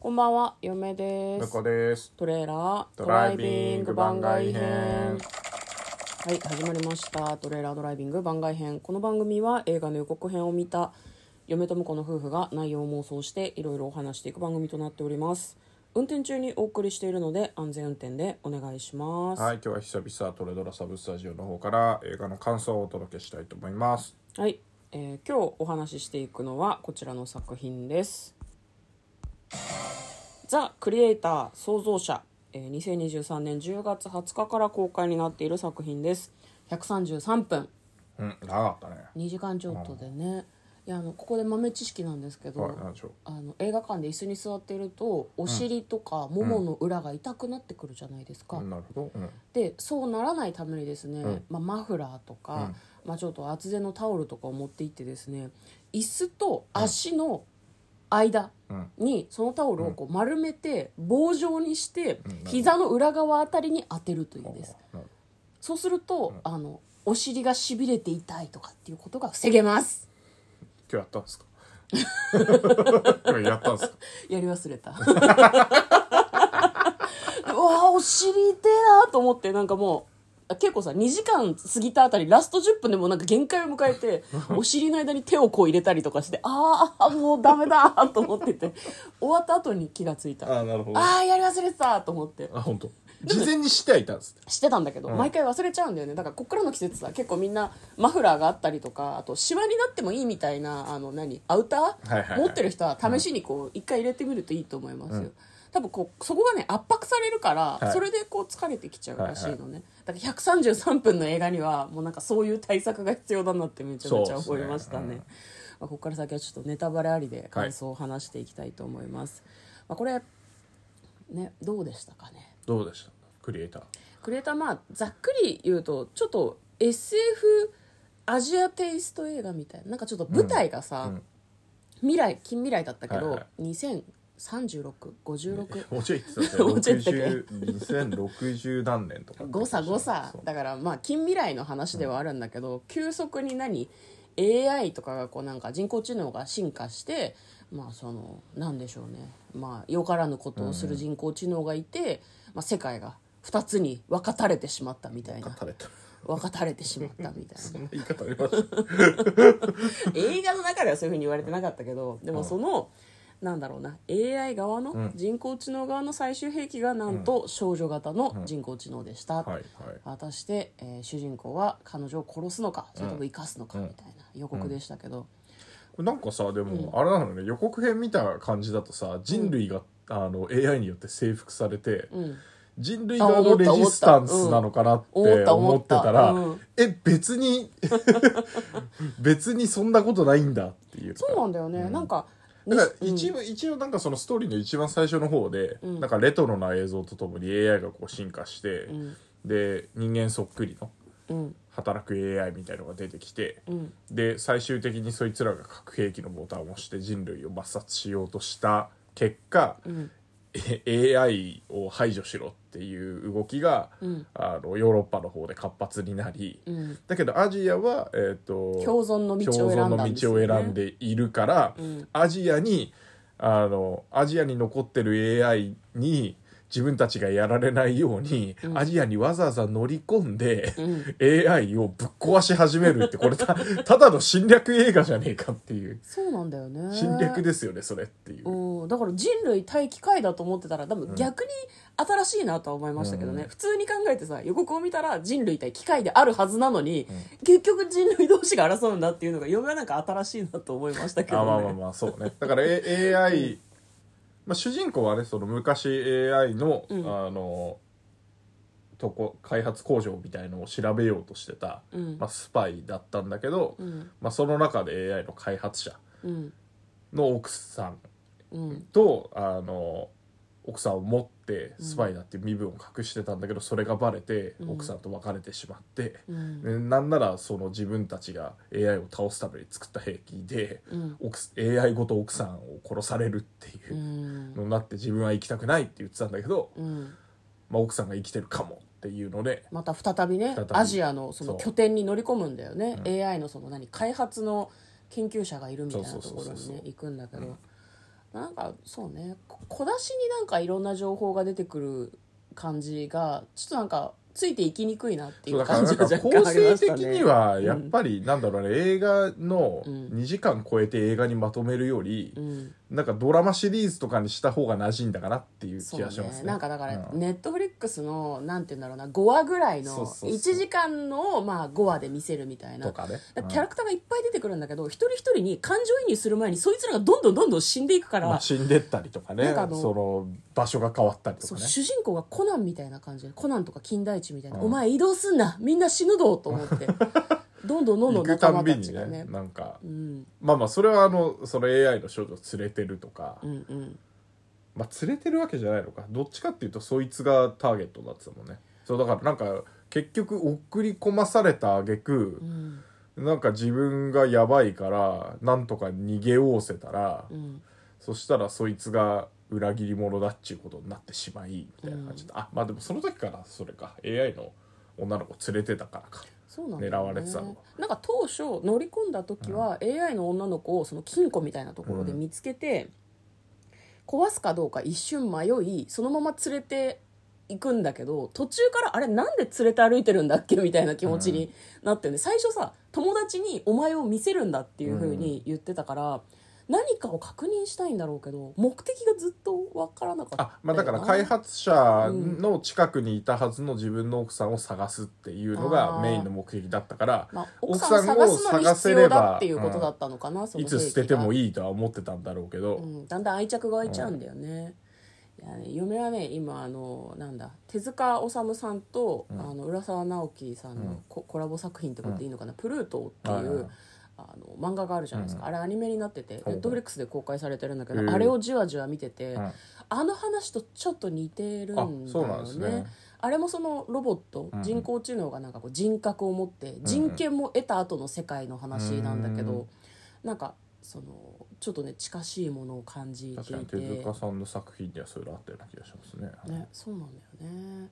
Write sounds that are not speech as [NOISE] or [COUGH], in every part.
こんばんは、嫁で向すこ。うですトレーラードドラライイビビンンググ番番外外編。編はい、始まりました。トレーラードライビング番外編。この番組は映画の予告編を見た嫁と婿の夫婦が内容を妄想していろいろお話していく番組となっております。運転中にお送りしているので安全運転でお願いします。はい今日は久々トレドラサブスタジオの方から映画の感想をお届けしたいと思いますはい、えー今日お話ししていくのはこちらの作品です「ザ・クリエイター創造者」えー2023年10月20日から公開になっている作品です133分うん長かったね2時間ちょっとでねいやあのここで豆知識なんですけど、はい何でしょうあの映画館で椅子に座っているとお尻とかももの裏が痛くなってくるじゃないですか、うんなるほどうんでそうならないためにですね、んまあ、マフラーとか、まあ、ちょっと厚手のタオルとかを持って行ってですね椅子と足の間うんにそのタオルをこう丸めて棒状にしてん膝の裏側あたりに当てるというおですなるそうするとあのお尻がしびれて痛いとかっていうことが防げます今日やったんです [LAUGHS] か今日やったんですかやり忘れた [LAUGHS] うわお尻痛えなと思ってなんかもう結構さ2時間過ぎたあたりラスト10分でもうなんか限界を迎え [LAUGHS] てお尻の間に手をこう入れたりとかしてああもうダメだと思ってて終わった後に気がついたああなるほどああーやり忘れてたと思って本当。事前にしてはいたんですねしてたんだけど、毎回忘れちゃうんだよねだからこっからの季節さ結構みんなマフラーがあったりとかあとシワになってもいいみたいなあの何アウター、はいはいはい持ってる人は試しにこう一、回入れてみるといいと思いますよ、多分こうそこがね圧迫されるから、はいそれでこう疲れてきちゃうらしいのね、はだから133分の映画にはもうなんかそういう対策が必要だなってめちゃめちゃ思いましたねそうですねうんまあ、ここから先はちょっとネタバレありで感想を話していきたいと思います、まあ、これねどうでしたかねどうでしたクリエイタークリエイターまあざっくり言うとちょっと SF アジアテイスト映画みたいななんかちょっと舞台がさ、うん未来近未来だったけど、はいは203656もうちょい言ってたもうちょい言ってたっよ2060何年とか誤差誤差そうだからまあ近未来の話ではあるんだけど、急速に何 AI とかがこうなんか人工知能が進化してまあそのなんでしょうねまあよからぬことをする人工知能がいて、まあ、世界が2つに分かたれてしまったみたいな垂れた分かたれてしまったみたいな [LAUGHS] そんな言い方ありました映画の中ではそういうふうに言われてなかったけどでもその、なんだろうな AI 側の人工知能側の最終兵器がなんと少女型の人工知能で [LAUGHS] した、はいはい果たして、えー主人公は彼女を殺すのかそれとも生かすのかみたいな予告でしたけど、これなんかさでも、あれなのね予告編見た感じだとさ人類が、あの AI によって征服されて、ん人類側のレジスタンスなのかなって思った思思っったてたら、うんえ別に [LAUGHS] 別にそんなことないんだっていうそうなんだよね、なんかだから一応、一応なんかそのストーリーの一番最初の方で、なんかレトロな映像とともに AI がこう進化して、で人間そっくりのうん働く AI みたいのが出てきて、んで最終的にそいつらが核兵器のボタンを押して人類を抹殺しようとした結果、え AI を排除しろっていう動きが、あのヨーロッパの方で活発になり、んだけどアジアは、えー、と共存の道を選んだんですよね共存の道を選んでいるから、アジアにあのアジアに残ってる AI に自分たちがやられないように、アジアにわざわざ乗り込んで、AI をぶっ壊し始めるってこれた [LAUGHS] ただの侵略映画じゃねえかっていうそうなんだよね侵略ですよねそれっていう、うん、だから人類対機械だと思ってたら多分逆に新しいなとは思いましたけどね、普通に考えてさ予告を見たら人類対機械であるはずなのに、結局人類同士が争うんだっていうのが嫁はなんか新しいなと思いましたけどねあまあまあまあそうねだから、A、AI、まあ、主人公はねその昔 AI の、あのとこ開発工場みたいのを調べようとしてた、うんまあ、スパイだったんだけど、うんまあ、その中で AI の開発者うんの奥さんうんとあの奥さんを持ってスパイだって身分を隠してたんだけど、それがバレてうん奥さんと別れてしまって、うんでなんならその自分たちが AI を倒すために作った兵器で、うん奥す AI ごと奥さんを殺されるっていううんのになって自分は行きたくないって言ってたんだけど、うんまあ、奥さんが生きてるかもっていうのでまた再びね再びアジアのそのそう拠点に乗り込むんだよね、AI のその何開発の研究者がいるみたいなとそうそうこそうろそにうね行くんだけど、なんかそうねこ小出しになんかいろんな情報が出てくる感じがちょっとなんかついていきにくいなっていそううだから感じながんか若構干あり成まし的たねにはやっぱりなんだろうね映画の2時間超えて映画にまとめるよりうん、なんかドラマシリーズとかにした方が馴染んだかなっていうそ気うがしますねね。なんかだからうんネットフリックスのなんて言うんだろうな5話ぐらいそうのそうそう1時間のまあ5話で見せるみたいなとかね。だからキャラクターがいっぱい出てくるんだけど一人一人に感情移入する前にそいつらがどんどんどんどん死んでいくかうら、んまあ死んでったりとかねなんかあのその場所が変わったりとそかうね。主人公がコナンみたいな感じでコナンとか金田一みたいな、うんお前移動すんなみんな死ぬぞと思って [LAUGHS] どんどんどんどん行くた仲ん間びたちにがねねなんかうんまあまあそれはあのその AI の少女を連れてるとかうんうんまあ連れてるわけじゃないのかどっちかっていうとそいつがターゲットだってたもんね。そうだからなんか結局送り込まされた挙句、うんなんか自分がやばいからなんとか逃げおおせたら、うんそしたらそいつが裏切り者だっちゅうことになってしまいみたいな感じで、あまあでもその時からそれか AI の女の子連れてたからかそうなんだよ狙われてたのね、なんか当初乗り込んだ時は、AI の女の子をその金庫みたいなところで見つけて、壊すかどうか一瞬迷いそのまま連れて行くんだけど途中からあれなんで連れて歩いてるんだっけみたいな気持ちになってね、最初さ友達にお前を見せるんだっていう風に言ってたから、何かを確認したいんだろうけど目的がずっと分からなかったよなあまあだから開発者の近くにいたはずの自分の奥さんを探すっていうのうんあがーメインの目的だったから、まあ、奥さんを探すのに必要だっていうことだったのかな、そのいつ捨ててもいいいとは思ってたんだろうけど、うん、だんだん愛着が湧いちゃうんだよね,、いやね嫁はね今あのなんだ手塚治虫さんと、あの浦沢直樹さんうんのコ,、コラボ作品とかっていいのかな「プルート」ってはいい。はいうあの漫画があるじゃないですか、あれアニメになっててほうネットフリックスで公開されてるんだけど、へえあれをじわじわ見てて、うんあの話とちょっと似てるんだよねあそうなんですねあれもそのロボット、うん人工知能がなんかこう人格を持って人権も得た後の世界の話なんだけど、うんなんかそのちょっとね近しいものを感じ確てかにいて、手塚さんの作品にはそういうのあったような気がしますね。ね、そうなんだよね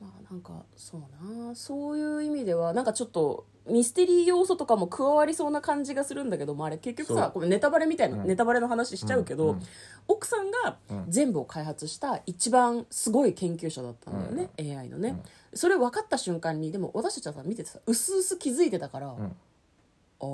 まあなんかそうなそういう意味ではなんかちょっとミステリー要素とかも加わりそうな感じがするんだけど、まあ、あれ結局そさうこれネタバレみたいな、うんネタバレの話しちゃうけど、んん奥さんがうん全部を開発した一番すごい研究者だったんだよね、AI のね、それ分かった瞬間にでも私たちはさ見ててさうすうす気づいてたから、んあ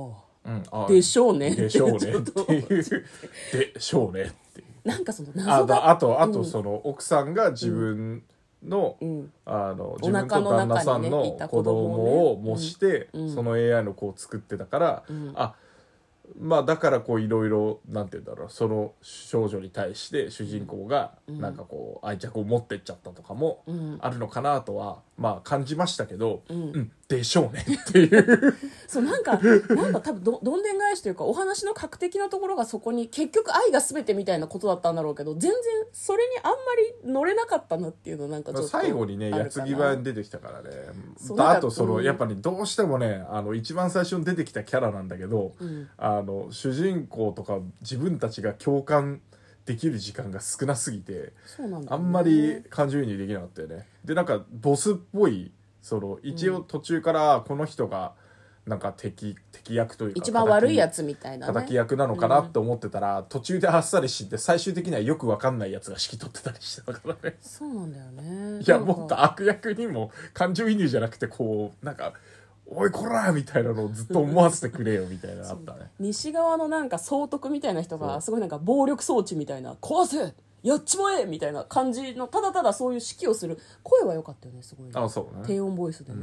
うんああでしょうねでしょうね [LAUGHS] ちょっとっていう。でしょうねっていう。なんかそのあ謎だがあと、あとその奥さんが自分の、うんあの、お自分腹との中にね旦那さんいのた子子供をね供を模して、うんうんその AI の子を作ってたから、うんあ、まあだからこういろいろ、なんて言うんだろう、その少女に対して主人公が、うんなんかこう愛着を持ってっちゃったとかもうんあるのかなとは、まあ感じましたけど、うんうん、でしょうね [LAUGHS] っていう。そうなんかなんか多分どどんでん返しというかお話の核的なところがそこに結局愛が全てみたいなことだったんだろうけど全然それにあんまり乗れなかったなっていうのなんかちょっと最後にねある矢継かなぎ早に出てきたからねそうだなんかあとその、うんやっぱりどうしてもねあの一番最初に出てきたキャラなんだけど、うんあの主人公とか自分たちが共感できる時間が少なすぎてそうなんだあよねんまり感情移入できなかったよねでなんかボスっぽいその一応途中からこの人がなんか敵敵役というか一番悪いやつつみたいな敵ね役なのかなって思ってたら、途中であっさり死んで最終的にはよくわかんないやつが引き取ってたりしてたからねそうなんだよねいや、なんかもっと悪役にも感情移入じゃなくて、こう、なんか、おいこらみたいなのをずっと思わせてくれよみたいなのあったね。西側のなんか総督みたいな人そがうすごいなんか暴力装置みたいな壊せやっちまえみたいな感じのただただそういう指揮をする声は良かったよねすごいねあ、そうね。低音ボイスでね、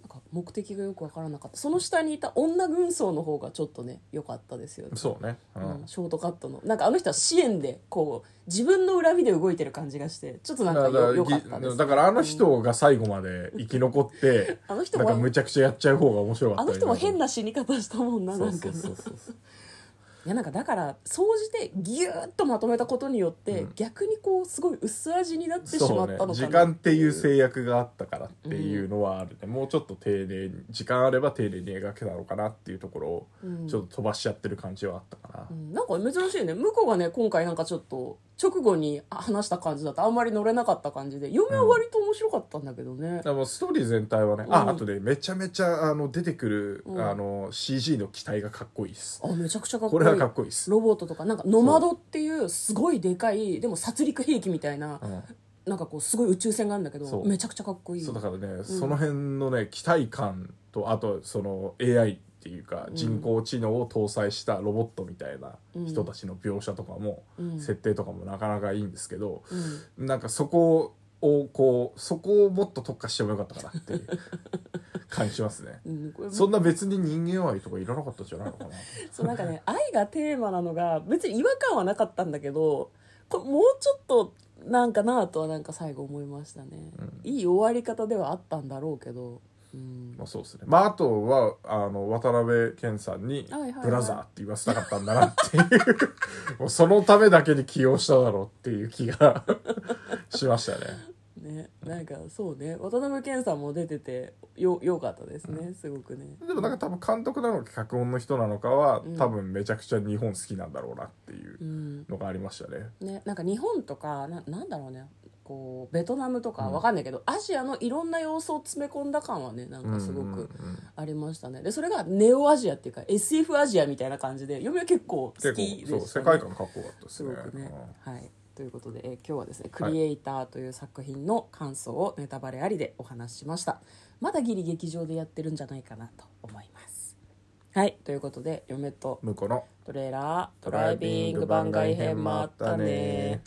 なんか目的がよく分からなかったその下にいた女軍曹の方がちょっとね良かったですよね、そうね。ううんん。ショートカットのなんかあの人は支援でこう自分の恨みで動いてる感じがしてちょっとなんだかかよら良かったですだからあの人が最後まで生き残って、あの [LAUGHS] 人なはんかむちゃくちゃやっちゃう方が面白かったあの人も変な。な死に方したもんなそなうんそかうなそうそう。いやなんかだから総じてギューッとまとめたことによって、逆にこうすごい薄味になってしまそっうねたのかな時間っていう制約があったからっていうのはあるね、もうちょっと丁寧に時間あれば丁寧に描けたのかなっていうところをうんちょっと飛ばしちゃってる感じはあったかな、うんなんか珍しいね向こうがね今回なんかちょっと直後に話した感じだとあんまり乗れなかった感じで嫁は割と面白かったんだけどね、でもストーリー全体はね、ああとでめちゃめちゃあの出てくる、あの CG の機体がかっこいいですあめちゃくちゃかっここいいれはかっこいいですロボットとかなんかノマドっていうすごいでかいでも殺戮兵器みたいな、なんかこうすごい宇宙船があるんだけそどうめちゃくちゃかっこいいそうだからね、その辺のね期待感とあとその AI っていうか人工知能を搭載したロボットみたいな人たちの描写とかも、設定とかもなかなかいいんですけど、なんかそこをこうそこをもっと特化してもよかったかなっていう感じします [LAUGHS] ね。うんこれそんな別に人間愛とかいらなかったんじゃないのかな。そうなんか [LAUGHS] ね愛がテーマなのが別に違和感はなかったんだけどこれもうちょっとなんかなとはなんか最後思いましたね、いい終わり方ではあったんだろうけど、うん、まあそうですね。まああとは、あの、渡辺謙さんにはいはいは、いブラザーって言わせたかったんだなっていう、もうそ [LAUGHS] のためだけに起用しただろうっていう気が [LAUGHS] しましたね。ねなんかそうね渡辺謙さんも出ててよよかったですね、すごくねでもなんか多分監督なのか脚本の人なのかは、多分めちゃくちゃ日本好きなんだろうなっていううんのがありましたね。ね、なんか日本とかななんだろうねこうベトナムとかわかんないけど、アジアのいろんな要素を詰め込んだ感はねなんかすごうんうんうくんありましたねでそれがネオアジアっていうか SF アジアみたいな感じで嫁は結構好き結で構、した、そね、う、世界観かっこよかったですすねご。くねうん、はい、ということで、えー今日はですね「クはいリエイター」という作品の感想をネタバレありでお話ししましたまだギリ劇場でやってるんじゃないかなと思いますはいということで嫁と向こうのトレーラードドライビング番外編もあったね